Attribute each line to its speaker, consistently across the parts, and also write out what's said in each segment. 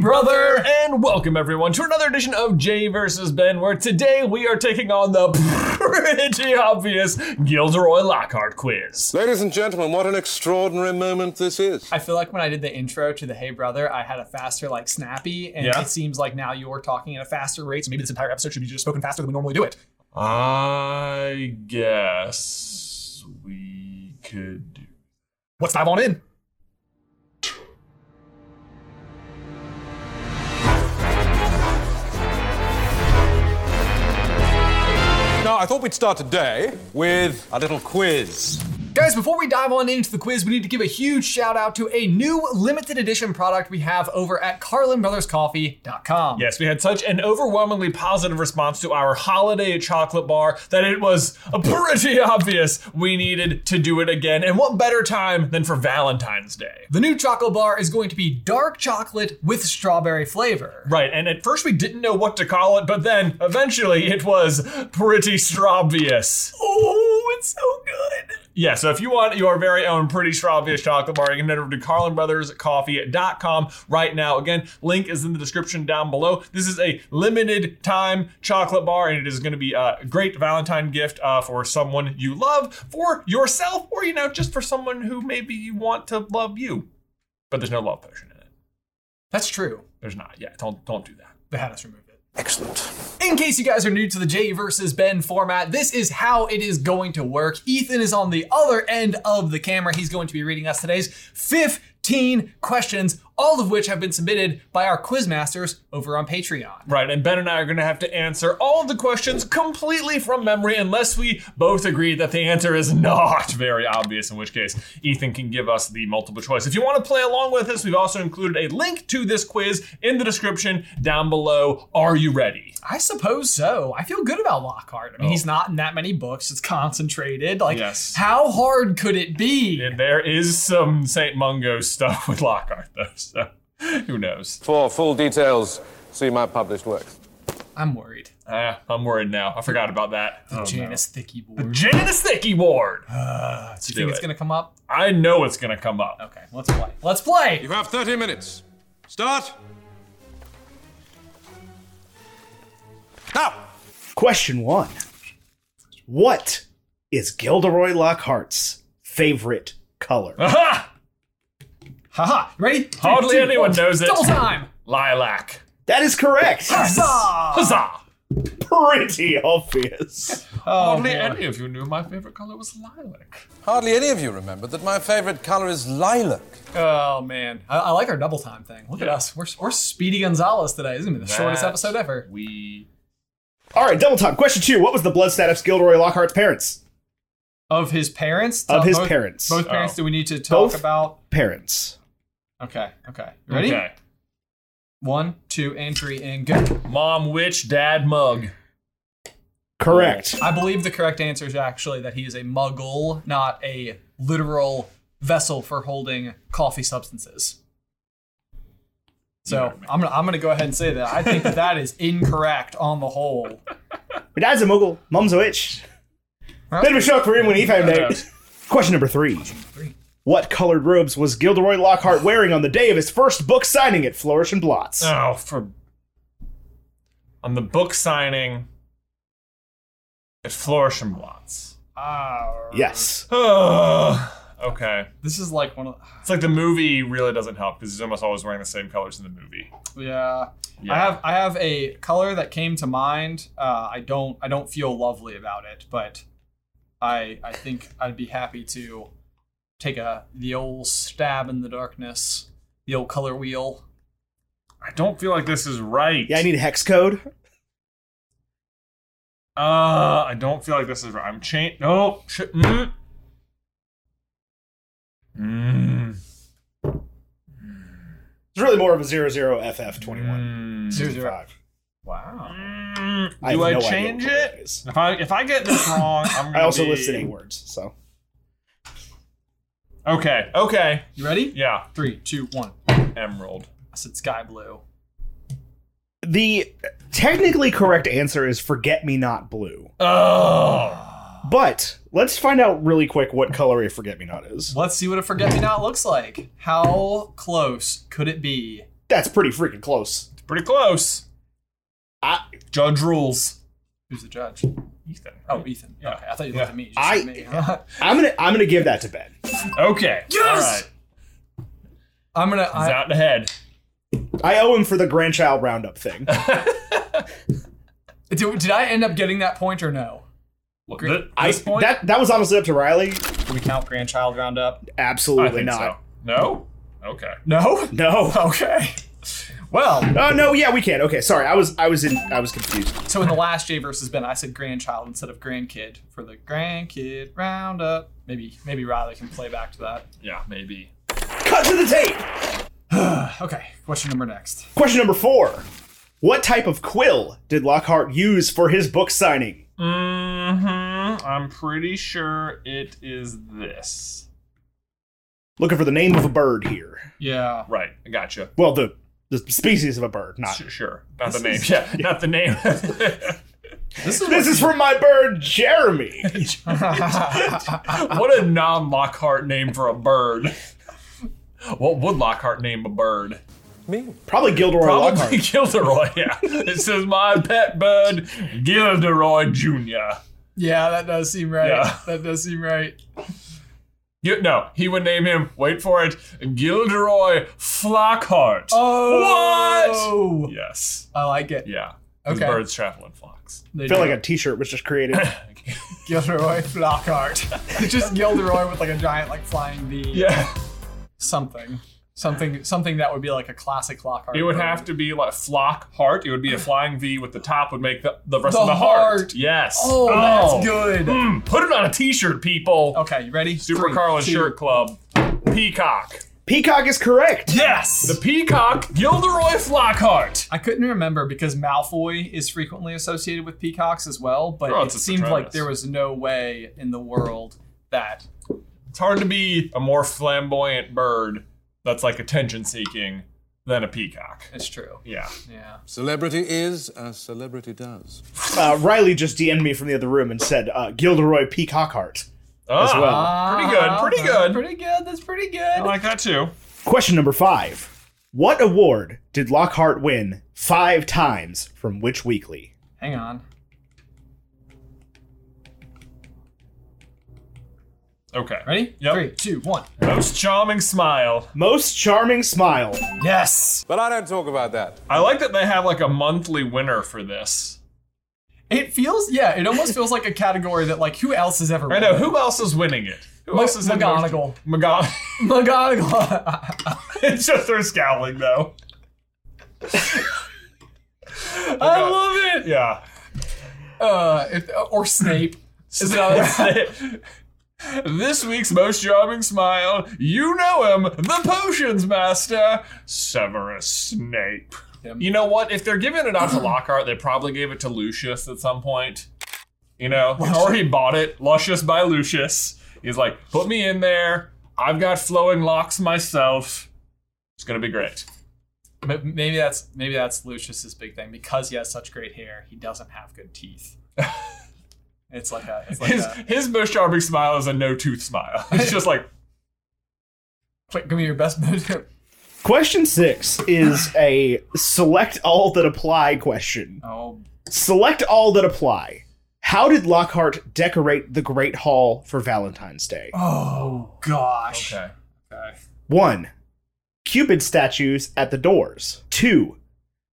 Speaker 1: brother, and welcome everyone to another edition of Jay versus Ben, where today we are taking on the pretty obvious Gilderoy Lockhart quiz.
Speaker 2: Ladies and gentlemen, what an extraordinary moment this is.
Speaker 3: I feel like when I did the intro to the Hey Brother, I had a faster, like, snappy, and
Speaker 1: Yeah.
Speaker 3: it seems like now you're talking at a faster rate, so maybe this entire episode should be just spoken faster than we normally do it.
Speaker 1: I guess we could do.
Speaker 3: Let's dive on in.
Speaker 2: Now, I thought we'd start today with a little quiz.
Speaker 3: Guys, before we dive on into the quiz, we need to give a huge shout out to a new limited edition product we have over at carlinbrotherscoffee.com.
Speaker 1: Yes, we had such an overwhelmingly positive response to our holiday chocolate bar that it was pretty obvious we needed to do it again. And what better time than for Valentine's Day?
Speaker 3: The new chocolate bar is going to be dark chocolate with strawberry flavor.
Speaker 1: Right, and at first we didn't know what to call it, but then eventually it was pretty strawbious.
Speaker 3: Oh, it's so good.
Speaker 1: Yeah, so if you want your very own pretty strawbious chocolate bar, you can head over to carlinbrotherscoffee.com right now. Again, link is in the description down below. This is a limited time chocolate bar, and it is going to be a great Valentine gift uh, for someone you love, for yourself, or you know, just for someone who maybe you want to love you. But there's no love potion in it.
Speaker 3: That's true.
Speaker 1: There's not. Yeah, don't don't do that.
Speaker 3: They had us remove it.
Speaker 2: Excellent.
Speaker 3: In case you guys are new to the Jay versus Ben format, this is how it is going to work. Ethan is on the other end of the camera. He's going to be reading us today's 15 questions, all of which have been submitted by our quizmasters over on Patreon.
Speaker 1: Right, and Ben and I are going to have to answer all of the questions completely from memory unless we both agree that the answer is not very obvious, in which case Ethan can give us the multiple choice. If you want to play along with us, we've also included a link to this quiz in the description down below. Are you ready?
Speaker 3: I suppose so. I feel good about Lockhart. I mean,
Speaker 1: Oh.
Speaker 3: he's not in that many books. It's concentrated. Like,
Speaker 1: Yes.
Speaker 3: how hard could it be?
Speaker 1: And there is some St. Mungo stuff with Lockhart, though, so who knows?
Speaker 2: For full details, see my published works.
Speaker 3: I'm worried.
Speaker 1: Uh, I'm worried now. I forgot about that. Oh, no.
Speaker 3: Janus Thicky board.
Speaker 1: Janice Thicky Ward!
Speaker 3: Do you
Speaker 1: do
Speaker 3: think it's
Speaker 1: it.
Speaker 3: gonna come up?
Speaker 1: I know it's going to come up.
Speaker 3: Okay, let's play. Let's play.
Speaker 2: You have 30 minutes. Start. Now!
Speaker 4: Question one What is Gilderoy Lockhart's favorite color?
Speaker 1: Aha!
Speaker 3: Haha. Ready? Three,
Speaker 1: Hardly
Speaker 3: two,
Speaker 1: anyone
Speaker 3: one.
Speaker 1: knows it.
Speaker 3: Double time.
Speaker 1: Lilac.
Speaker 4: That is correct.
Speaker 1: Oh,
Speaker 3: Huzzah!
Speaker 1: Huzzah!
Speaker 4: Pretty obvious.
Speaker 1: Hardly any of you knew my favorite color was lilac.
Speaker 2: Hardly any of you remember that my favorite color is lilac.
Speaker 3: Oh man, I, I like our double time thing. Look at
Speaker 1: Yeah.
Speaker 3: us. We're, we're Speedy Gonzalez today. This is gonna be the shortest episode ever.
Speaker 1: We.
Speaker 4: All right, double time. Question two What was the blood status of Gilderoy Lockhart's parents?
Speaker 3: Of his parents.
Speaker 4: Of his
Speaker 3: both-
Speaker 4: parents.
Speaker 3: Both parents.
Speaker 1: Oh.
Speaker 3: Do we need to talk
Speaker 4: Both?
Speaker 3: about?
Speaker 4: Parents.
Speaker 3: Okay. Okay. You Ready?
Speaker 1: Okay.
Speaker 3: One, two, and three, and go.
Speaker 1: Mom witch, dad mug.
Speaker 4: Correct.
Speaker 3: I believe the correct answer is actually that he is a Muggle, not a literal vessel for holding coffee substances. So I'm gonna I'm gonna go ahead and say that I think that, that is incorrect on the whole.
Speaker 4: My dad's a mogul, mom's a witch.
Speaker 3: Huh?
Speaker 4: Bit of a shock for him when he found out. Question number three. What colored robes was Gilderoy Lockhart wearing on the day of his first book signing at Flourish and Blots?
Speaker 1: Oh, for. On the book signing at Flourish and Blots.
Speaker 3: Ah,
Speaker 4: yes.
Speaker 1: Ugh. okay.
Speaker 3: this is like one of
Speaker 1: It's like the movie really doesn't help because he's almost always wearing the same colors in the movie.
Speaker 3: yeah.
Speaker 1: Yeah.
Speaker 3: I have I have a color that came to mind. Uh, I don't I don't feel lovely about it, but I I think I'd be happy to take a the old stab in the darkness, the old color wheel.
Speaker 1: I don't feel like this is right.
Speaker 4: Yeah, I need a hex code.
Speaker 1: Uh, I don't feel like this is right. I'm chain. No. Sh- mm. Mm.
Speaker 4: It's really more of a 00 FF 21.
Speaker 1: Mm.
Speaker 3: Zero, zero.
Speaker 4: 65.
Speaker 3: Wow.
Speaker 1: Mm.
Speaker 4: I
Speaker 1: Do
Speaker 4: have
Speaker 1: I
Speaker 4: no idea
Speaker 1: change
Speaker 4: what that
Speaker 1: it?
Speaker 4: is.
Speaker 1: If I if I get this wrong, I'm gonna
Speaker 4: I also
Speaker 1: be...
Speaker 4: listed eight words, so.
Speaker 1: Okay. Okay.
Speaker 3: You ready?
Speaker 1: Yeah.
Speaker 3: Three, two, one.
Speaker 1: Emerald.
Speaker 3: I said sky blue.
Speaker 4: The technically correct answer is Forget Me Not Blue.
Speaker 1: Oh.
Speaker 4: But let's find out really quick what color a Forget Me Not is.
Speaker 3: Let's see what a forget me not looks like. How close could it be
Speaker 4: That's pretty freaking close.
Speaker 1: Pretty close.
Speaker 4: I
Speaker 1: Judge rules.
Speaker 3: Who's the judge?
Speaker 1: Ethan.
Speaker 3: Oh, Ethan.
Speaker 1: Yeah.
Speaker 3: Okay, I thought you
Speaker 1: Yeah.
Speaker 3: looked at me. You just
Speaker 4: I-
Speaker 3: said me.
Speaker 4: I'm gonna I'm gonna give that to Ben.
Speaker 1: Okay.
Speaker 3: Yes! I'm gonna.
Speaker 1: All right. He's
Speaker 3: I,
Speaker 1: out in the head.
Speaker 4: I owe him for the grandchild roundup thing.
Speaker 3: did, did I end up getting that point or no?
Speaker 1: Look,
Speaker 3: Great.
Speaker 1: thi-
Speaker 4: I
Speaker 1: this point,
Speaker 4: that that was honestly up to Riley.
Speaker 5: Do we count grandchild roundup?
Speaker 1: I
Speaker 4: Absolutely
Speaker 1: think
Speaker 4: not.
Speaker 1: so. No. Okay.
Speaker 3: No.
Speaker 4: No.
Speaker 3: Okay. Well,
Speaker 4: Oh no, yeah, we can. Okay, sorry. I was I was in I was confused.
Speaker 3: so in the last J versus Ben, I said grandchild instead of grandkid for the grandkid roundup. Maybe maybe Riley can play back to that.
Speaker 1: Yeah, maybe.
Speaker 4: Cut to the tape.
Speaker 3: Okay, question number next.
Speaker 4: Question number 4. What type of quill did Lockhart use for his book signing?
Speaker 1: Mm-hmm. I'm pretty sure it is this.
Speaker 4: Looking for the name of a bird here.
Speaker 3: Yeah.
Speaker 1: Right. I gotcha.
Speaker 4: Well, the the species of a bird, not.
Speaker 1: Sure. sure. Not the name. yeah. Not the name.
Speaker 3: This is
Speaker 4: This is from my bird Jeremy.
Speaker 1: what a non Lockhart name for a bird. What would Lockhart name a bird?
Speaker 4: Probably Gilderoy Lockhart.
Speaker 1: Probably Gilderoy. Yeah. It says my pet bird, Gilderoy Jr.
Speaker 3: yeah, that does seem right.
Speaker 1: Yeah.
Speaker 3: That does seem right.
Speaker 1: Gil- no, he would name him, wait for it, Gilderoy Flockhart.
Speaker 3: Oh.
Speaker 1: What? Yes.
Speaker 3: I like it.
Speaker 1: Yeah. 'Cause
Speaker 3: Okay.
Speaker 1: birds travel in flocks.
Speaker 3: They
Speaker 4: I feel
Speaker 3: do.
Speaker 4: like a T-shirt was just created.
Speaker 3: Gilderoy Flockhart. It's just Gilderoy with like a giant like flying V.
Speaker 1: Yeah.
Speaker 3: Something. Something something that would be like a classic Flockhart.
Speaker 1: It would have to be like flock heart. It would be a flying V with the top would make the, the rest
Speaker 3: The
Speaker 1: of the heart.
Speaker 3: heart.
Speaker 1: Yes.
Speaker 3: Oh, that's good.
Speaker 1: Mm, put it on a t-shirt, people.
Speaker 3: Okay, you ready?
Speaker 1: Super
Speaker 3: Three,
Speaker 1: Carlin
Speaker 3: two-
Speaker 1: Shirt Club. Peacock.
Speaker 4: Peacock is correct.
Speaker 3: Yes.
Speaker 1: The Peacock Gilderoy Flockhart.
Speaker 3: I couldn't remember because Malfoy is frequently associated with peacocks as well, but
Speaker 1: Oh,
Speaker 3: it
Speaker 1: it's a
Speaker 3: seemed
Speaker 1: Patronus.
Speaker 3: like there was no way in the world that
Speaker 1: It's hard to be a more flamboyant bird that's like attention seeking than a peacock.
Speaker 3: it's true.
Speaker 1: Yeah.
Speaker 3: Yeah.
Speaker 2: Celebrity is as celebrity does.
Speaker 4: Uh, Riley just DM'd me from the other room and said uh, Gilderoy Peacock Heart.
Speaker 1: As
Speaker 4: well.
Speaker 1: Pretty good. Pretty good.
Speaker 3: Pretty good. uh, That's pretty good.
Speaker 1: Ah, I like that too.
Speaker 4: Question number five. What award did Lockhart win five times from which weekly?
Speaker 3: Hang on.
Speaker 1: Okay.
Speaker 3: Ready?
Speaker 1: Yep.
Speaker 3: Three, two, one.
Speaker 1: Most charming smile.
Speaker 4: Most charming smile.
Speaker 3: Yes.
Speaker 2: But I don't talk about that.
Speaker 1: I like that they have like a monthly winner for this.
Speaker 3: It feels yeah, it almost feels like a category that like who else has ever
Speaker 1: I know. Who else is winning it? Who
Speaker 3: Ma-
Speaker 1: else is in there?
Speaker 3: McGonagall.
Speaker 1: McGonagall. Oh
Speaker 3: McGonagall.
Speaker 1: it's just her scowling though.
Speaker 3: I love it.
Speaker 1: Yeah.
Speaker 3: Uh, if, or Snape. Is it always-
Speaker 1: this week's most charming smile, you know him, the potions master, Severus Snape.
Speaker 3: Him.
Speaker 1: You know what? If they're giving it out to Lockhart, they probably gave it to Lucius at some point. You know, or he bought it, Lucius by Lucius. He's like, put me in there. I've got flowing locks myself. It's gonna be great.
Speaker 3: M- Maybe that's maybe that's Lucius's big thing because he has such great hair. He doesn't have good teeth. it's like a it's like
Speaker 1: His
Speaker 3: a,
Speaker 1: his most charming smile is a no tooth smile. It's just like
Speaker 3: quick, give me your best move.
Speaker 4: Question six is a select all that apply question.
Speaker 3: oh,
Speaker 4: Select all that apply. How did Lockhart decorate the Great Hall for Valentine's Day?
Speaker 3: oh gosh.
Speaker 1: okay.
Speaker 4: One, Cupid statues at the doors. Two,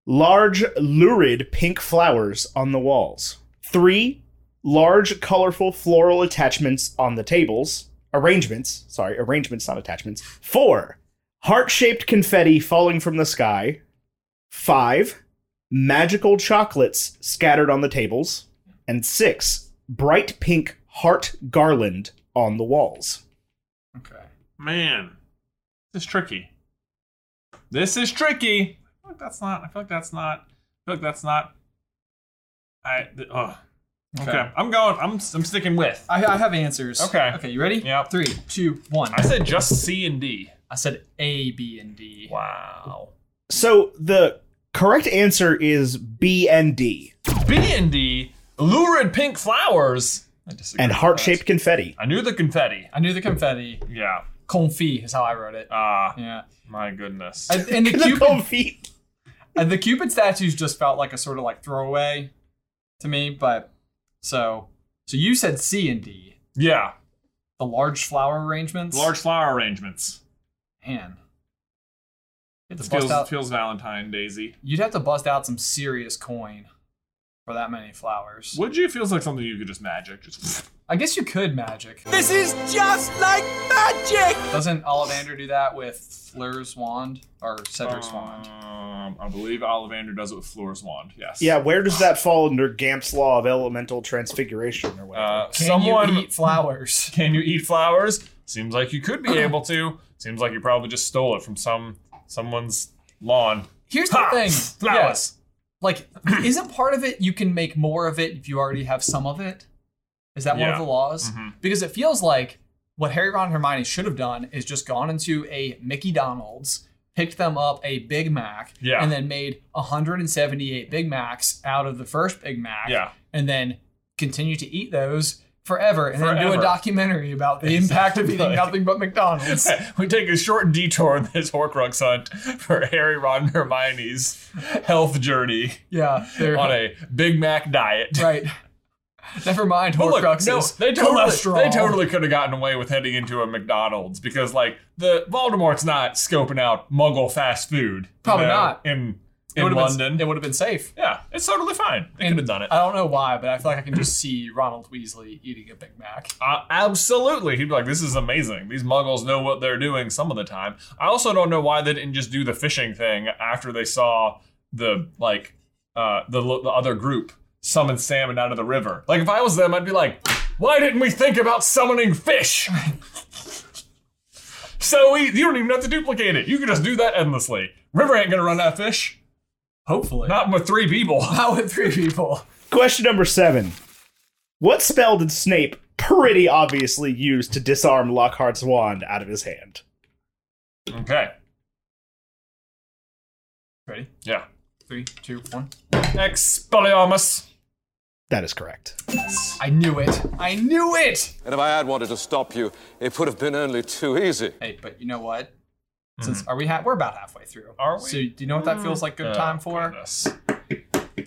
Speaker 4: large, lurid pink flowers on the walls. Three, large, colorful floral attachments on the tables. Arrangements, sorry, arrangements, not attachments. Four, heart shaped confetti falling from the sky. Five, magical chocolates scattered on the tables. And six, bright pink heart garland on the walls.
Speaker 3: Okay.
Speaker 1: Man, this is tricky. This is tricky. I feel like that's not. I feel like that's not. I feel like that's not. I. Th- oh. Okay. I'm going. I'm. I'm sticking with.
Speaker 3: I, I have answers.
Speaker 1: Okay.
Speaker 3: Okay, you ready?
Speaker 1: Yep.
Speaker 3: Three, two, one.
Speaker 1: I said just C and D.
Speaker 3: I said A, B, and D.
Speaker 1: Wow.
Speaker 4: So the correct answer is B and D
Speaker 1: B and D. Lurid pink flowers. I disagree.
Speaker 4: and
Speaker 1: with
Speaker 4: heart shaped confetti.
Speaker 1: that. I knew the confetti.
Speaker 3: I knew the confetti.
Speaker 1: Yeah.
Speaker 6: confit is how I wrote it.
Speaker 1: Ah,
Speaker 6: Yeah.
Speaker 1: my goodness.
Speaker 6: And, and the
Speaker 4: The
Speaker 6: Cupid,
Speaker 4: cold feet.
Speaker 6: and
Speaker 7: The Cupid statues just felt like a sort of like throwaway to me, but so so you said C and D,
Speaker 1: yeah,
Speaker 7: the large flower arrangements.
Speaker 1: large flower arrangements.
Speaker 7: man. You have to bust
Speaker 1: Feels,
Speaker 7: out,
Speaker 1: feels Valentine Daisy.
Speaker 7: you'd have to bust out some serious coin for that many flowers.
Speaker 1: Would you? Feels like something you could just magic. Just
Speaker 7: I guess you could magic.
Speaker 2: This is just like magic!
Speaker 7: Doesn't Ollivander do that with Fleur's wand or Cedric's wand?
Speaker 1: um, I believe Ollivander does it with Flora's wand. Yes.
Speaker 4: Yeah, where does that fall under Gamp's law of elemental transfiguration or whatever?
Speaker 1: Uh,
Speaker 7: Can
Speaker 1: someone
Speaker 7: you eat flowers?
Speaker 1: Can you eat flowers? Seems like you could be able to. Seems like you probably just stole it from some someone's lawn.
Speaker 7: Here's
Speaker 1: Ha!
Speaker 7: the thing. Yeah.
Speaker 1: Flowers.
Speaker 7: Like, isn't part of it you can make more of it if you already have some of it? Is that one
Speaker 1: Yeah. Mm-hmm.
Speaker 7: of the laws? Because it feels like what Harry, Ron, and Hermione should have done is just gone into a Mickey Donald's, picked them up a Big Mac,
Speaker 1: Yeah.
Speaker 7: and then made 178 Big Macs out of the first Big Mac,
Speaker 1: Yeah.
Speaker 7: and then continue to eat those forever, and then do
Speaker 1: Forever.
Speaker 7: a documentary about the impact of eating nothing but McDonald's.
Speaker 1: We take a short detour in this Horcrux hunt for Harry, Ron, and Hermione's health journey
Speaker 7: yeah, they're
Speaker 1: on a Big Mac diet.
Speaker 7: right. Never mind
Speaker 1: But look,
Speaker 7: Horcruxes.
Speaker 1: no, they totally,
Speaker 7: Cholesterol.
Speaker 1: they totally could have gotten away with heading into a McDonald's because, like, the Voldemort's not scoping out Muggle fast food. you
Speaker 7: Probably
Speaker 1: know,
Speaker 7: not.
Speaker 1: in
Speaker 7: It
Speaker 1: in
Speaker 7: would've been-
Speaker 1: London.
Speaker 7: it would have been safe.
Speaker 1: yeah, it's totally fine. They could have done it.
Speaker 7: I don't know why, but I feel like I can just see Ronald Weasley eating a Big Mac.
Speaker 1: Uh, absolutely. He'd be like, this is amazing. These muggles know what they're doing some of the time. I also don't know why they didn't just do the fishing thing after they saw the, like, uh, the, lo- the other group summon salmon out of the river. Like, if I was them, I'd be like, why didn't we think about summoning fish? so we, you don't even have to duplicate it. You can just do that endlessly. River ain't gonna run out of fish.
Speaker 7: Hopefully.
Speaker 1: Not with three people.
Speaker 7: Not with three people.
Speaker 4: Question number seven. What spell did Snape pretty obviously use to disarm Lockhart's wand out of his hand?
Speaker 1: Okay.
Speaker 7: Ready?
Speaker 1: Yeah.
Speaker 7: Three, two, one.
Speaker 1: Expelliarmus.
Speaker 4: That is correct.
Speaker 7: I knew it. I knew it!
Speaker 2: And if I had wanted to stop you, it would have been only too easy.
Speaker 7: Hey, but you know what? Since are we ha- we're about halfway through.
Speaker 1: Mm-hmm. Are we?
Speaker 7: So do you know what that feels like good time for?
Speaker 1: Uh, Goodness.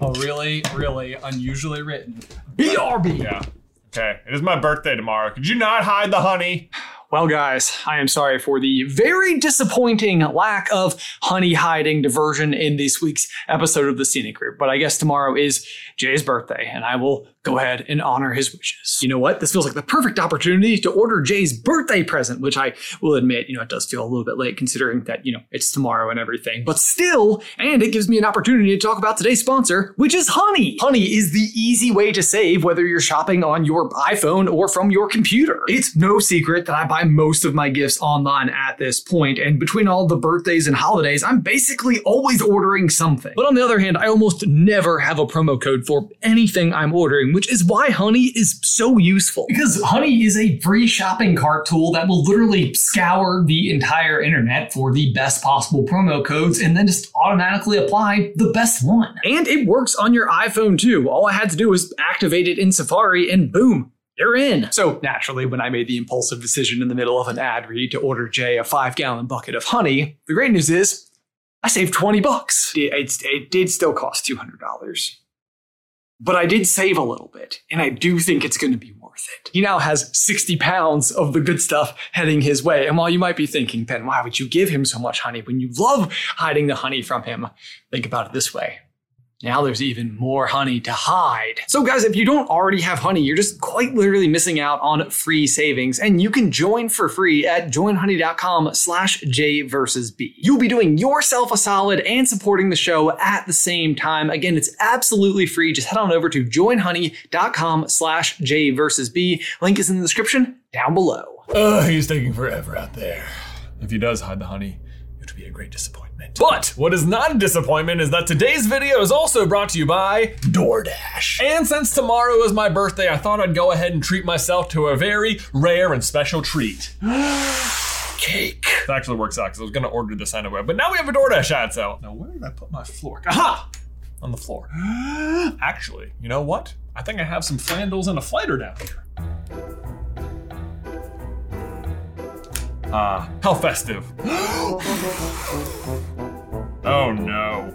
Speaker 7: A really, really unusually written. BRB!
Speaker 1: Yeah. Okay. It is my birthday tomorrow. Could you not hide the honey?
Speaker 3: Well, guys, I am sorry for the very disappointing lack of honey hiding diversion in this week's episode of the Scenic Group. But I guess tomorrow is Jay's birthday, and I will go ahead and honor his wishes. You know what? This feels like the perfect opportunity to order Jay's birthday present, which I will admit, you know, it does feel a little bit late considering that, you know, it's tomorrow and everything. But still, and it gives me an opportunity to talk about today's sponsor, which is Honey. Honey is the easy way to save whether you're shopping on your iPhone or from your computer. It's no secret that I buy most of my gifts online at this point, and between all the birthdays and holidays, I'm basically always ordering something. But on the other hand, I almost never have a promo code for anything I'm ordering, which is why Honey is so useful. Because Honey is a free shopping cart tool that will literally scour the entire internet for the best possible promo codes and then just automatically apply the best one. And it works on your iPhone too. All I had to do was activate it in Safari and boom. You're in. So naturally, when I made the impulsive decision in the middle of an ad read to order Jay a five gallon bucket of honey, the great news is I saved 20 bucks. It, it's- it did still cost $200 but I did save a little bit, and I do think it's going to be worth it. He now has 60 pounds of the good stuff heading his way. And while you might be thinking, Ben, why would you give him so much honey when you love hiding the honey from him? Think about it this way. Now there's even more honey to hide. So, guys, if you don't already have honey, you're just quite literally missing out on free savings. And you can join for free at joinhoney.com slash J versus B. You'll be doing yourself a solid and supporting the show at the same time. Again, it's absolutely free. Just head on over to joinhoney.com slash J versus B. Link is in the description down below.
Speaker 1: Ugh, he's taking forever out there. If he does hide the honey, it would be a great disappointment. But what is not a disappointment is that today's video is also brought to you by DoorDash. And since tomorrow is my birthday, I thought I'd go ahead and treat myself to a very rare and special treat. Cake. That actually works out because I was going to order this anyway, but now we have a DoorDash ad sale. Now, where did I put my floor? Aha! On the floor. actually, you know what? I think I have some flannels and a flighter down here. Uh, how festive. oh no.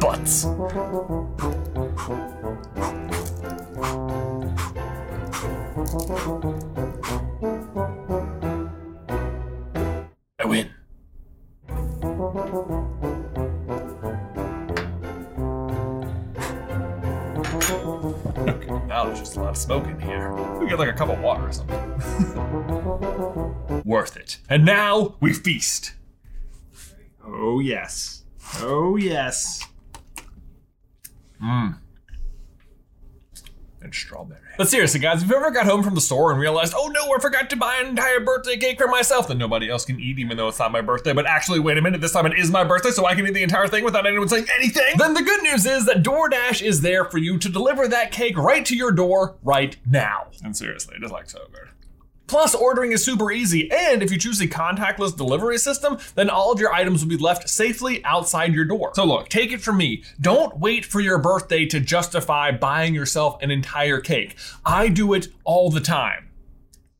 Speaker 3: Butts. I win.
Speaker 1: Now there's just a lot of smoke in here. We get like a cup of water or something. Worth it. And now we feast.
Speaker 8: Oh yes. Oh yes.
Speaker 1: and strawberry. But seriously, guys, if you ever got home from the store and realized, oh no, I forgot to buy an entire birthday cake for myself, then nobody else can eat, even though it's not my birthday. But actually, wait a minute, this time it is my birthday, so I can eat the entire thing without anyone saying anything. Then the good news is that DoorDash is there for you to deliver that cake right to your door right now. And seriously, it is like so good. Plus, ordering is super easy, and if you choose a contactless delivery system, then all of your items will be left safely outside your door. So, look, take it from me. Don't wait for your birthday to justify buying yourself an entire cake. I do it all the time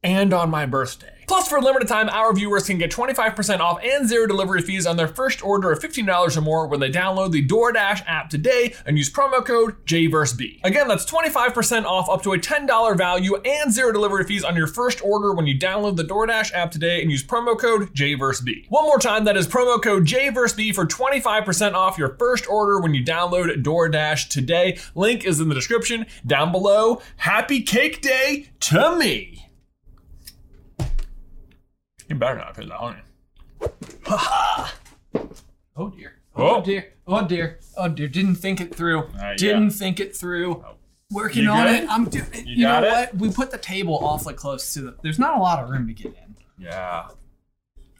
Speaker 1: and on my birthday. Plus, for a limited time, our viewers can get 25% off and zero delivery fees on their first order of $15 or more when they download the DoorDash app today and use promo code JVerseB. Again, that's 25% off up to a $10 value and zero delivery fees on your first order when you download the DoorDash app today and use promo code JVerseB. One more time, that is promo code JVerseB for 25% off your first order when you download DoorDash today. Link is in the description down below. Happy Cake Day to me! You better not put that on it.
Speaker 3: Oh dear.
Speaker 1: Oh, Uh,
Speaker 3: Oh dear. Oh dear. Oh dear. Didn't think it through.
Speaker 1: yeah. Oh.
Speaker 3: Didn't think it through. Working
Speaker 1: You
Speaker 3: on
Speaker 1: good?
Speaker 3: it. I'm doing. You,
Speaker 1: got
Speaker 3: know
Speaker 1: it?
Speaker 3: what? We put the table awfully close to the. There's not a lot of room to get in.
Speaker 1: Yeah.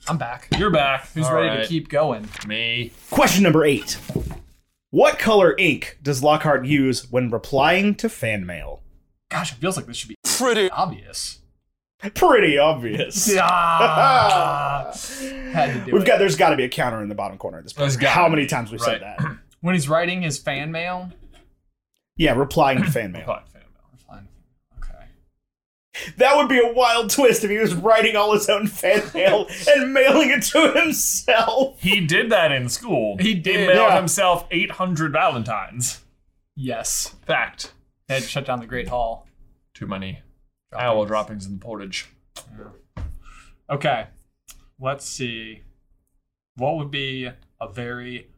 Speaker 3: I'm back.
Speaker 1: You're back.
Speaker 3: Who's ready to keep going?
Speaker 1: me?
Speaker 4: Question number eight. What color ink does Lockhart use when replying to fan mail?
Speaker 3: Gosh, it feels like this should be
Speaker 2: Pretty.
Speaker 3: obvious.
Speaker 4: Pretty obvious.
Speaker 3: Ah, had to do
Speaker 4: We've
Speaker 3: it.
Speaker 4: got there's got to be a counter in the bottom corner of this.
Speaker 1: There's
Speaker 4: podcast.
Speaker 1: gotta
Speaker 4: How
Speaker 1: be.
Speaker 4: many times we've said
Speaker 1: Right.
Speaker 4: that?
Speaker 3: when he's writing his fan mail.
Speaker 4: Yeah, replying to fan mail.
Speaker 3: Fine. Okay.
Speaker 4: That would be a wild twist if he was writing all his own fan mail and mailing it to himself.
Speaker 1: He did that in school.
Speaker 3: He did.
Speaker 1: mailed
Speaker 4: Yeah.
Speaker 1: himself 800 Valentines.
Speaker 3: Yes.
Speaker 1: Fact.
Speaker 3: They had to shut down the Great Hall.
Speaker 1: Too many owl droppings in the portage.
Speaker 3: Okay. Let's see. What would be a very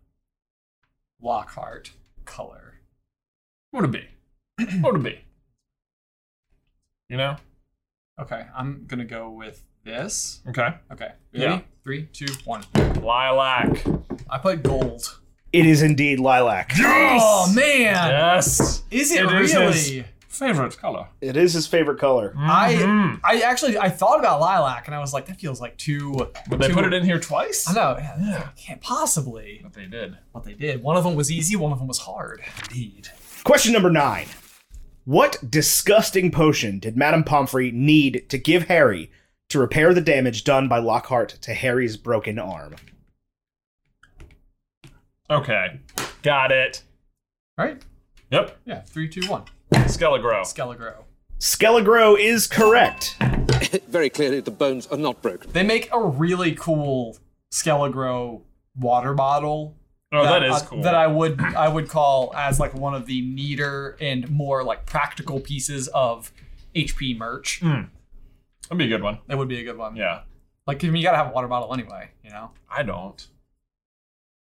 Speaker 3: Lockhart color?
Speaker 1: What would it be? What would it be? You know?
Speaker 3: Okay, I'm gonna go with this.
Speaker 1: Okay.
Speaker 3: Okay. Ready?
Speaker 1: Yeah.
Speaker 3: Three, two, one.
Speaker 1: Lilac.
Speaker 3: I put gold.
Speaker 4: It is indeed lilac.
Speaker 3: Oh man!
Speaker 1: Yes.
Speaker 3: Is it,
Speaker 1: It
Speaker 3: really?
Speaker 1: is his- Favorite color.
Speaker 4: It is his favorite color.
Speaker 3: I
Speaker 1: Mm-hmm.
Speaker 3: I actually I thought about lilac and I was like, that feels like too.
Speaker 1: But they
Speaker 3: too-
Speaker 1: put it in here twice?
Speaker 3: I know. Yeah, Can't possibly.
Speaker 1: But they did.
Speaker 3: What they did. One of them was easy. One of them was hard. Indeed.
Speaker 4: Question number nine. What disgusting potion did Madame Pomfrey need to give Harry to repair the damage done by Lockhart to Harry's broken arm?
Speaker 1: Okay. Got it.
Speaker 3: Right?
Speaker 1: Yep.
Speaker 3: Yeah. Three, two, one.
Speaker 1: Skelegro.
Speaker 3: Skelegro.
Speaker 4: Skelegro is correct.
Speaker 9: Very clearly, the bones are not broken.
Speaker 3: They make a really cool Skelegro water bottle.
Speaker 1: Oh, that
Speaker 3: I-
Speaker 1: is cool.
Speaker 3: that I would I would call as like one of the neater and more like practical pieces of HP merch.
Speaker 1: That'd be a good one.
Speaker 3: That would be a good one.
Speaker 1: Mm. Yeah.
Speaker 3: Like 'cause you gotta have a water bottle anyway. You know.
Speaker 1: I don't.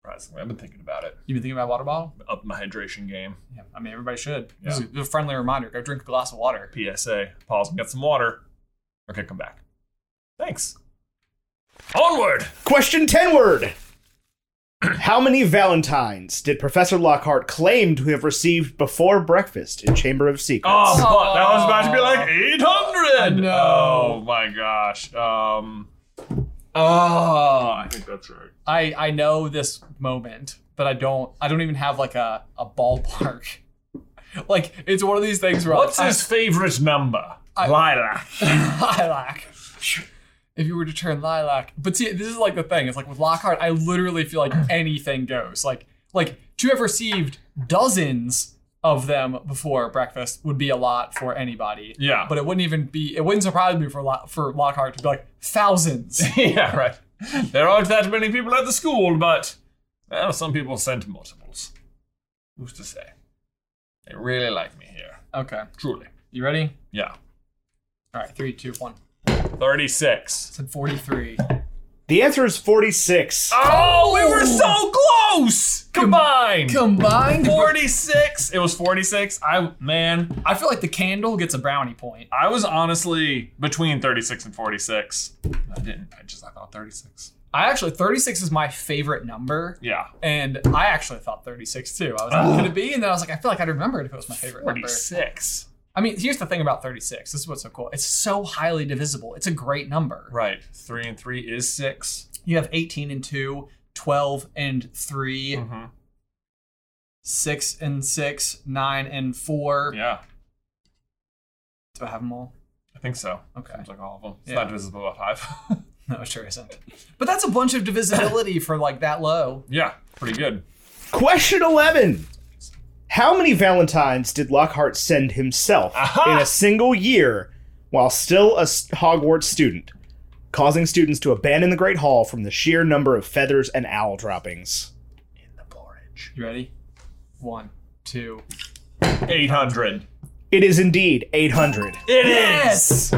Speaker 1: Surprisingly, I've been thinking about it.
Speaker 3: You've been thinking about water bottle?
Speaker 1: Up my hydration game.
Speaker 3: Yeah. I mean, everybody should. This is a friendly reminder. Go drink a glass of water.
Speaker 1: PSA. Pause and get some water. Okay, come back. Thanks. Onward!
Speaker 4: Question 10 word. How many Valentines did Professor Lockhart claim to have received before breakfast in Chamber of Secrets?
Speaker 1: Oh, fuck. That was about to be like 800!
Speaker 3: No.
Speaker 1: Oh, my gosh. Um. Oh, I think that's right.
Speaker 3: I I know this moment, but I don't I don't even have like a a ballpark. like it's one of these things where
Speaker 1: What's
Speaker 3: I,
Speaker 1: his favorite number? Lilac.
Speaker 3: lilac. If you were to turn lilac, but see, this is like the thing. It's like with Lockhart, I literally feel like anything goes. Like, like to have received dozens of them before breakfast would be a lot for anybody.
Speaker 1: Yeah.
Speaker 3: But it wouldn't even be, it wouldn't surprise me for, Lo- for Lockhart to be like, thousands.
Speaker 1: yeah, right. There aren't that many people at the school, but well, some people sent multiples. Who's to say? They really like me here.
Speaker 3: okay.
Speaker 1: Truly.
Speaker 3: You ready?
Speaker 1: Yeah.
Speaker 3: All right. Three, two, one.
Speaker 1: 36.
Speaker 3: Said 43.
Speaker 4: The answer is 46.
Speaker 1: Oh, we were so
Speaker 3: Oh!
Speaker 1: close! Combined!
Speaker 3: Combined?
Speaker 1: 46. It was 46. I man,
Speaker 3: I feel like the candle gets a brownie point.
Speaker 1: I was honestly between 36 and 46. I didn't. I just I thought 36.
Speaker 3: I actually, 36 is my favorite number.
Speaker 1: Yeah.
Speaker 3: And I actually thought 36 too. I was like, could it be? And then I was like, I feel like I'd remember it if it was my favorite number.
Speaker 1: 46.
Speaker 3: I mean, here's the thing about 36. This is what's so cool. It's so highly divisible. It's a great number.
Speaker 1: Right. 3 and 3 is 6.
Speaker 3: You have 18 and 2, 12 and 3,
Speaker 1: Mhm.
Speaker 3: 6 and 6, 9 and 4.
Speaker 1: Yeah.
Speaker 3: Do I have them all?
Speaker 1: I think so.
Speaker 3: Okay.
Speaker 1: Seems like all of them. It's
Speaker 3: Yeah.
Speaker 1: not divisible by 5.
Speaker 3: No, it sure isn't. But that's a bunch of divisibility for like that low.
Speaker 1: yeah. Pretty good.
Speaker 4: Question 11. How many Valentines did Lockhart send himself in a single year while still a s- Hogwarts student, causing students to abandon the Great Hall from the sheer number of feathers and owl droppings?
Speaker 3: You ready? One, two.
Speaker 1: 800.
Speaker 4: It is indeed 800.
Speaker 1: It is.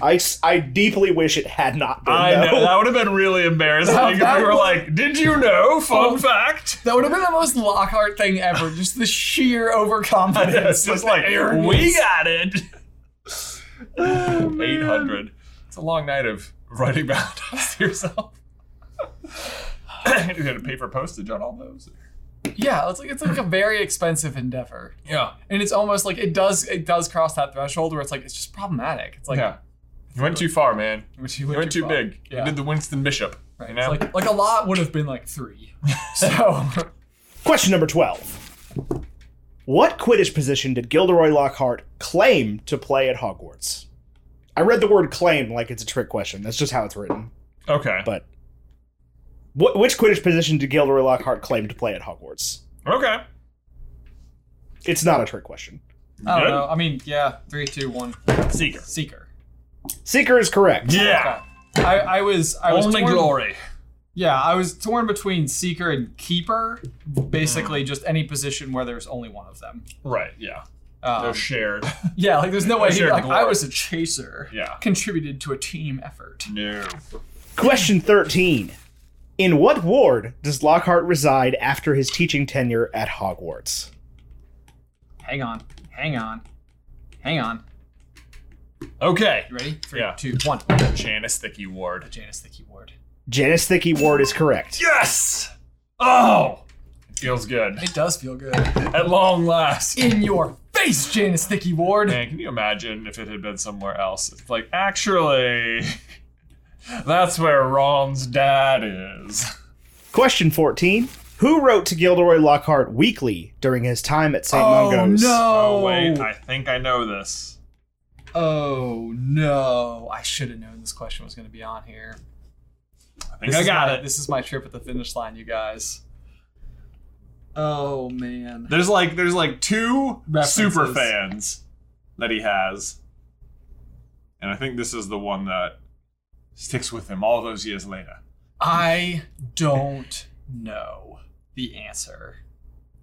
Speaker 4: I, s- I deeply wish it had not been.
Speaker 1: I
Speaker 4: though.
Speaker 1: know. That would have been really embarrassing if
Speaker 3: that
Speaker 1: we were
Speaker 3: would- Oh.
Speaker 1: like, "Did you know? Fun fact."
Speaker 3: That would have been the most Lockhart thing ever. Just the sheer overconfidence.
Speaker 1: It's just
Speaker 3: with the
Speaker 1: like
Speaker 3: arrogance.
Speaker 1: we got it. Oh, 800. It's a long night of writing Valentine's to yourself. you had to pay for postage on all those.
Speaker 3: Yeah, it's like it's like a very expensive endeavor.
Speaker 1: Yeah.
Speaker 3: and it's almost like it does it does cross that threshold where it's like it's just problematic. It's like
Speaker 1: Yeah. You went too far, man.
Speaker 3: which you
Speaker 1: You went too
Speaker 3: far.
Speaker 1: big. You
Speaker 3: Yeah.
Speaker 1: did the Winston Bishop.
Speaker 3: Right.
Speaker 1: You
Speaker 3: It's
Speaker 1: know?
Speaker 3: like like a lot would have been like three. So
Speaker 4: Question number 12. What Quidditch position did Gilderoy Lockhart claim to play at Hogwarts? I read the word claim like it's a trick question. That's just how it's written.
Speaker 1: okay.
Speaker 4: But what, which Quidditch position did Gilderoy Lockhart claim to play at Hogwarts?
Speaker 1: okay.
Speaker 4: It's not a trick question.
Speaker 3: I
Speaker 1: Good.
Speaker 3: don't know. I mean, yeah, three, two, one.
Speaker 1: Seeker.
Speaker 3: Seeker.
Speaker 4: Seeker is correct.
Speaker 1: Yeah.
Speaker 3: I, I was I was torn,
Speaker 1: glory.
Speaker 3: Yeah, I was torn between seeker and keeper. Basically, just any position where there's only one of them.
Speaker 1: Right. Yeah.
Speaker 3: Um,
Speaker 1: They're shared.
Speaker 3: yeah, like there's no way. He'd be
Speaker 1: shared
Speaker 3: like, I
Speaker 1: glory.
Speaker 3: was a chaser.
Speaker 1: Yeah.
Speaker 3: Contributed to a team effort.
Speaker 1: no.
Speaker 4: Question 13. In what ward does Lockhart reside after his teaching tenure at Hogwarts?
Speaker 3: Hang on. Hang on. Hang on.
Speaker 1: Okay.
Speaker 3: You ready? Three,
Speaker 1: Yeah.
Speaker 3: two, one.
Speaker 1: Janice Thicky Ward.
Speaker 3: Janus the keyword.
Speaker 4: Janice Thickey Ward is correct.
Speaker 1: Yes. Oh. It feels good.
Speaker 3: It does feel good.
Speaker 1: At long last.
Speaker 3: In your face, Janice Thicky Ward.
Speaker 1: Man, can you imagine if it had been somewhere else? It's like, actually, that's where Ron's dad is.
Speaker 4: Question 14. Who wrote to Gilderoy Lockhart weekly during his time at St. Mungo's?
Speaker 1: Oh, wait, I think I know this.
Speaker 3: Oh no! I should have known this question was going to be on here.
Speaker 1: I think
Speaker 3: This
Speaker 1: I
Speaker 3: is
Speaker 1: got
Speaker 3: my-
Speaker 1: it.
Speaker 3: This is my trip at the finish line, you guys. Oh man!
Speaker 1: There's like there's like two
Speaker 3: References.
Speaker 1: super fans that he has. And I think this is the one that sticks with him all those years later.
Speaker 3: I don't know the answer.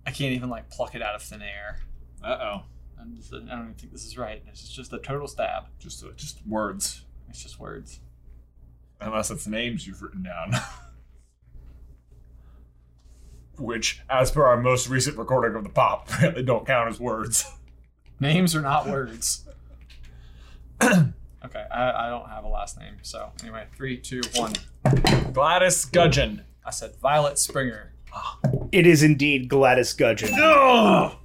Speaker 3: I can't even like pluck it out of thin air.
Speaker 1: Uh oh.
Speaker 3: I'm just, I don't even think this is right. This is just a total stab.
Speaker 1: Just uh, just words.
Speaker 3: It's just words.
Speaker 1: unless it's names you've written down. Which, as per our most recent recording of the pop, apparently don't count as words.
Speaker 3: Names are not words. okay, I, I don't have a last name. So anyway, three, two, one.
Speaker 1: Gladys Gudgeon.
Speaker 3: I said Violet Springer.
Speaker 4: It is indeed Gladys Gudgeon.
Speaker 3: I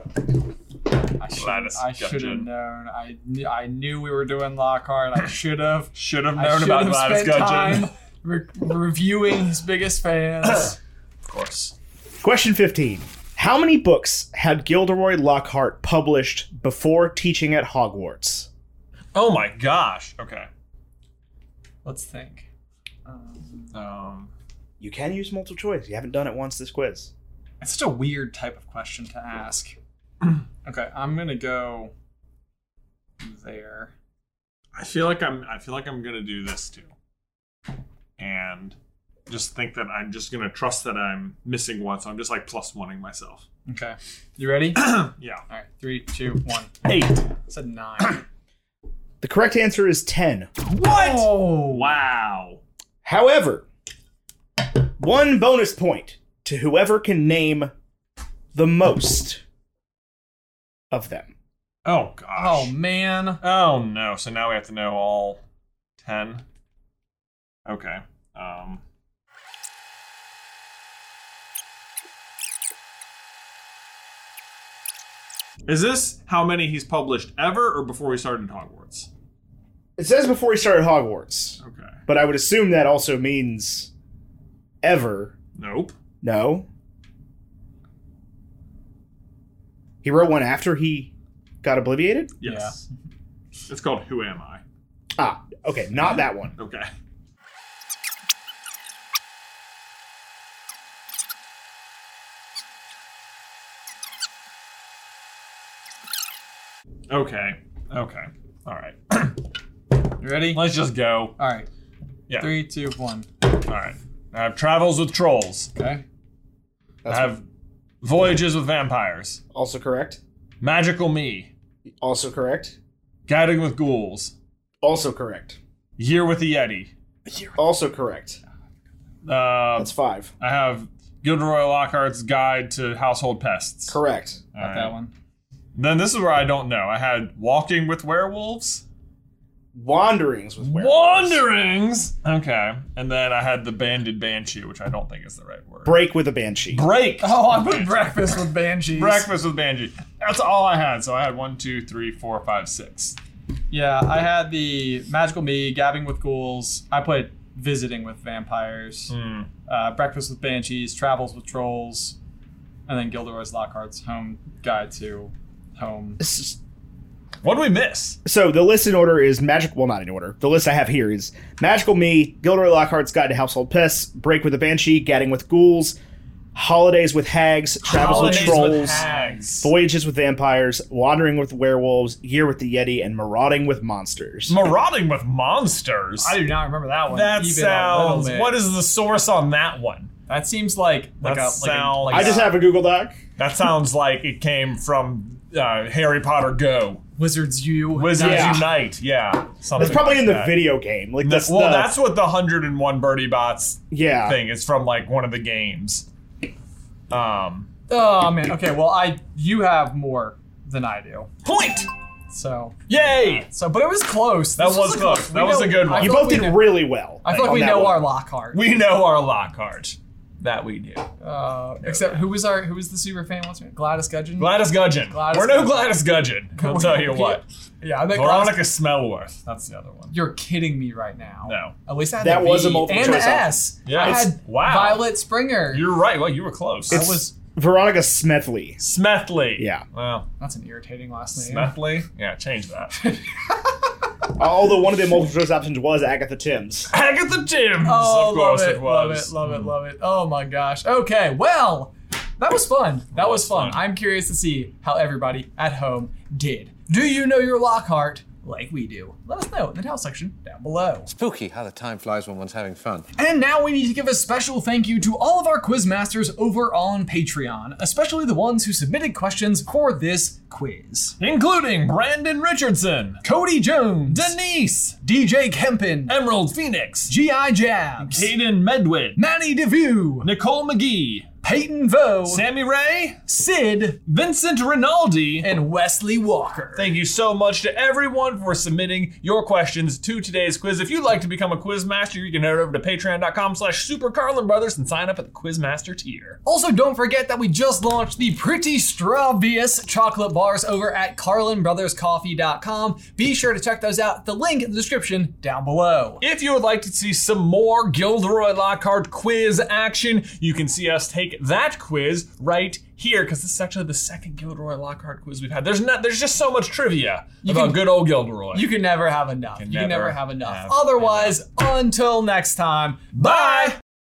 Speaker 3: should,
Speaker 1: Gladys
Speaker 3: I should have
Speaker 1: Gudgeon.
Speaker 3: known. I knew, I knew we were doing Lockhart. I should have.
Speaker 1: Should have
Speaker 3: I
Speaker 1: known
Speaker 3: should
Speaker 1: about
Speaker 3: have
Speaker 1: Gladys
Speaker 3: spent
Speaker 1: Gudgeon.
Speaker 3: time re- reviewing his biggest fans.
Speaker 1: Of course.
Speaker 4: Question 15. How many books had Gilderoy Lockhart published before teaching at Hogwarts?
Speaker 1: Oh my gosh. Okay.
Speaker 3: Let's think.
Speaker 1: Um,
Speaker 4: You can use multiple choice. You haven't done it once this quiz.
Speaker 3: It's such a weird type of question to ask. Okay, I'm gonna go there.
Speaker 8: I feel like I'm I feel like I'm gonna do this too. And just think that I'm just gonna trust that I'm missing one, so I'm just like plus oneing myself.
Speaker 3: Okay, you ready?
Speaker 8: Yeah.
Speaker 3: All right, three, two, one.
Speaker 4: Eight.
Speaker 3: It's a nine.
Speaker 4: The correct answer is 10.
Speaker 8: Wow.
Speaker 4: However, one bonus point to whoever can name the most of them.
Speaker 3: oh
Speaker 8: Oh gosh.
Speaker 3: man.
Speaker 8: Oh no. So now we have to know all ten. Okay. Um Is this how many he's published ever or before he started Hogwarts?
Speaker 4: It says before he started Hogwarts,
Speaker 8: Okay.
Speaker 4: but I would assume that also means ever.
Speaker 8: Nope.
Speaker 4: No. He wrote one after he got obliviated?
Speaker 8: Yes. It's called Who Am I?
Speaker 4: Ah, okay, not that one.
Speaker 8: Okay. Okay. Okay. All right.
Speaker 3: You ready?
Speaker 8: Let's just go.
Speaker 3: All right.
Speaker 8: Yeah.
Speaker 3: Three, two, one.
Speaker 8: All right. I have travels with trolls.
Speaker 3: Okay.
Speaker 4: That's
Speaker 8: I have voyages with vampires.
Speaker 4: Also correct.
Speaker 8: Magical me.
Speaker 4: Also correct.
Speaker 8: Guiding with ghouls.
Speaker 4: Also correct.
Speaker 8: Year with the Yeti.
Speaker 4: Also correct.
Speaker 8: Uh,
Speaker 4: That's five.
Speaker 8: I have Gilderoy Lockhart's Guide to Household Pests.
Speaker 4: Correct.
Speaker 8: All
Speaker 3: Got
Speaker 8: right.
Speaker 3: that one.
Speaker 8: Then this is where I don't know. I had Walking with Werewolves,
Speaker 4: Wanderings with werewolves.
Speaker 8: Wanderings. Okay, and then I had the Banded Banshee, which I don't think is the right word.
Speaker 4: Break with a banshee.
Speaker 8: Break.
Speaker 3: Oh, I put breakfast with banshees.
Speaker 8: Breakfast with Banshee. That's all I had. So I had one, two, three, four, five, six.
Speaker 3: yeah, I had the magical me, gabbing with ghouls. I put visiting with vampires.
Speaker 1: Hmm.
Speaker 3: Uh, breakfast with banshees, travels with trolls, and then Gilderoy's Lockhart's home guide to home.
Speaker 4: S-
Speaker 8: What do we miss?
Speaker 4: So the list in order is magic. Well, not in order. The list I have here is magical me, Gilderoy Lockhart's Guide to Household Pests, Break with a Banshee, Gadding with Ghouls, Holidays with Hags, Travels with Trolls,
Speaker 8: hags.
Speaker 4: Voyages with Vampires, Wandering with Werewolves, Year with the Yeti, and Marauding with Monsters.
Speaker 1: Marauding with monsters.
Speaker 3: I do not remember that one.
Speaker 1: that
Speaker 3: even a little
Speaker 1: sounds.
Speaker 3: bit.
Speaker 1: What is the source on that one?
Speaker 3: That seems like like
Speaker 1: That
Speaker 3: a like, a,
Speaker 1: sounds.
Speaker 3: like
Speaker 4: I just have a Google Doc.
Speaker 1: that sounds like it came from uh, Harry Potter Go.
Speaker 3: Wizards U.
Speaker 1: Wizards
Speaker 4: Yeah.
Speaker 1: Unite. Yeah, something.
Speaker 4: That's probably
Speaker 1: like
Speaker 4: in the
Speaker 1: that.
Speaker 4: video game. Like that's
Speaker 1: well,
Speaker 4: the, uh,
Speaker 1: that's what the 101 Birdie Bots
Speaker 4: yeah.
Speaker 1: thing is from, like one of the games. Um,
Speaker 3: Oh man. Okay. Well, I you have more than I do.
Speaker 1: point.
Speaker 3: So
Speaker 1: Yay!
Speaker 3: so, but it was close.
Speaker 1: That
Speaker 3: This
Speaker 1: was
Speaker 3: a
Speaker 1: close. That
Speaker 3: we
Speaker 1: was a good
Speaker 3: I
Speaker 1: one.
Speaker 3: feel
Speaker 4: You
Speaker 3: like
Speaker 4: both
Speaker 3: we
Speaker 4: did
Speaker 3: know-
Speaker 4: really well.
Speaker 3: I feel like
Speaker 4: on
Speaker 3: we
Speaker 4: that
Speaker 3: know
Speaker 4: one.
Speaker 3: our Lockhart.
Speaker 1: We know our Lockhart. That we do.
Speaker 3: Uh, except who was our who was the super fan? What's her name? Gladys Gudgeon.
Speaker 1: Gladys Gudgeon.
Speaker 3: Gladys
Speaker 1: We're no
Speaker 3: Gudgeon.
Speaker 1: Gladys Gudgeon. I'll tell you what.
Speaker 3: yeah, I bet Gladys.
Speaker 1: Veronica Smellworth. That's the other one.
Speaker 3: You're kidding me right now.
Speaker 1: No.
Speaker 3: At least I had
Speaker 4: That
Speaker 3: the
Speaker 4: was
Speaker 3: V
Speaker 4: a multiple
Speaker 3: and the
Speaker 4: choice option.
Speaker 3: S.
Speaker 1: Yeah,
Speaker 3: I
Speaker 1: it's-
Speaker 3: had
Speaker 1: wow.
Speaker 3: Violet Springer.
Speaker 1: You're right. Well, you were close.
Speaker 4: It's Veronica Smethley.
Speaker 1: Smethley.
Speaker 4: Yeah.
Speaker 1: Well,
Speaker 3: That's an irritating last name.
Speaker 1: Smethley. Yeah, change that.
Speaker 4: Although one of the multiple choice options was Agatha Timms.
Speaker 1: Agatha Timms.
Speaker 3: Oh,
Speaker 1: of course
Speaker 3: love
Speaker 1: it,
Speaker 3: it,
Speaker 1: was. Hmm.
Speaker 3: love it, love it, love it. Oh my gosh. Okay, well, that was fun. That was fun. I'm curious to see how everybody at home did. Do you know your Lockhart like we do? Let us know in the towel section down below.
Speaker 9: Spooky how the time flies when one's having fun.
Speaker 3: And now we need to give a special thank you to all of our quizmasters over on Patreon, especially the ones who submitted questions for this quiz.
Speaker 1: Including Brandon Richardson,
Speaker 3: Cody Jones,
Speaker 1: Denise,
Speaker 3: DJ Kempin,
Speaker 1: Emerald Phoenix,
Speaker 3: G.I. Jabs,
Speaker 1: Caden Medwin,
Speaker 3: Manny DeVue,
Speaker 1: Nicole McGee,
Speaker 3: Peyton Voe,
Speaker 1: Sammy Ray,
Speaker 3: Sid,
Speaker 1: Vincent Rinaldi,
Speaker 3: and Wesley Walker.
Speaker 1: Thank you so much to everyone for submitting your questions to today's quiz. If you'd like to become a quiz master, you can head over to patreon.com slash supercarlinbrothers and sign up at the Quizmaster tier.
Speaker 3: Also, don't forget that we just launched the Pretty Stravious chocolate bars over at carlinbrotherscoffee.com. Be sure to check those out. The link in the description down below.
Speaker 1: If you would like to see some more Gilderoy Lockhart quiz action, you can see us take that quiz right here because this is actually the second Gilderoy Lockhart quiz we've had. There's not, there's just so much trivia about
Speaker 3: can-
Speaker 1: good old Gilderoy.
Speaker 3: You can never have enough. you can
Speaker 1: never
Speaker 3: never have enough.
Speaker 1: have
Speaker 3: Otherwise, until next time, bye.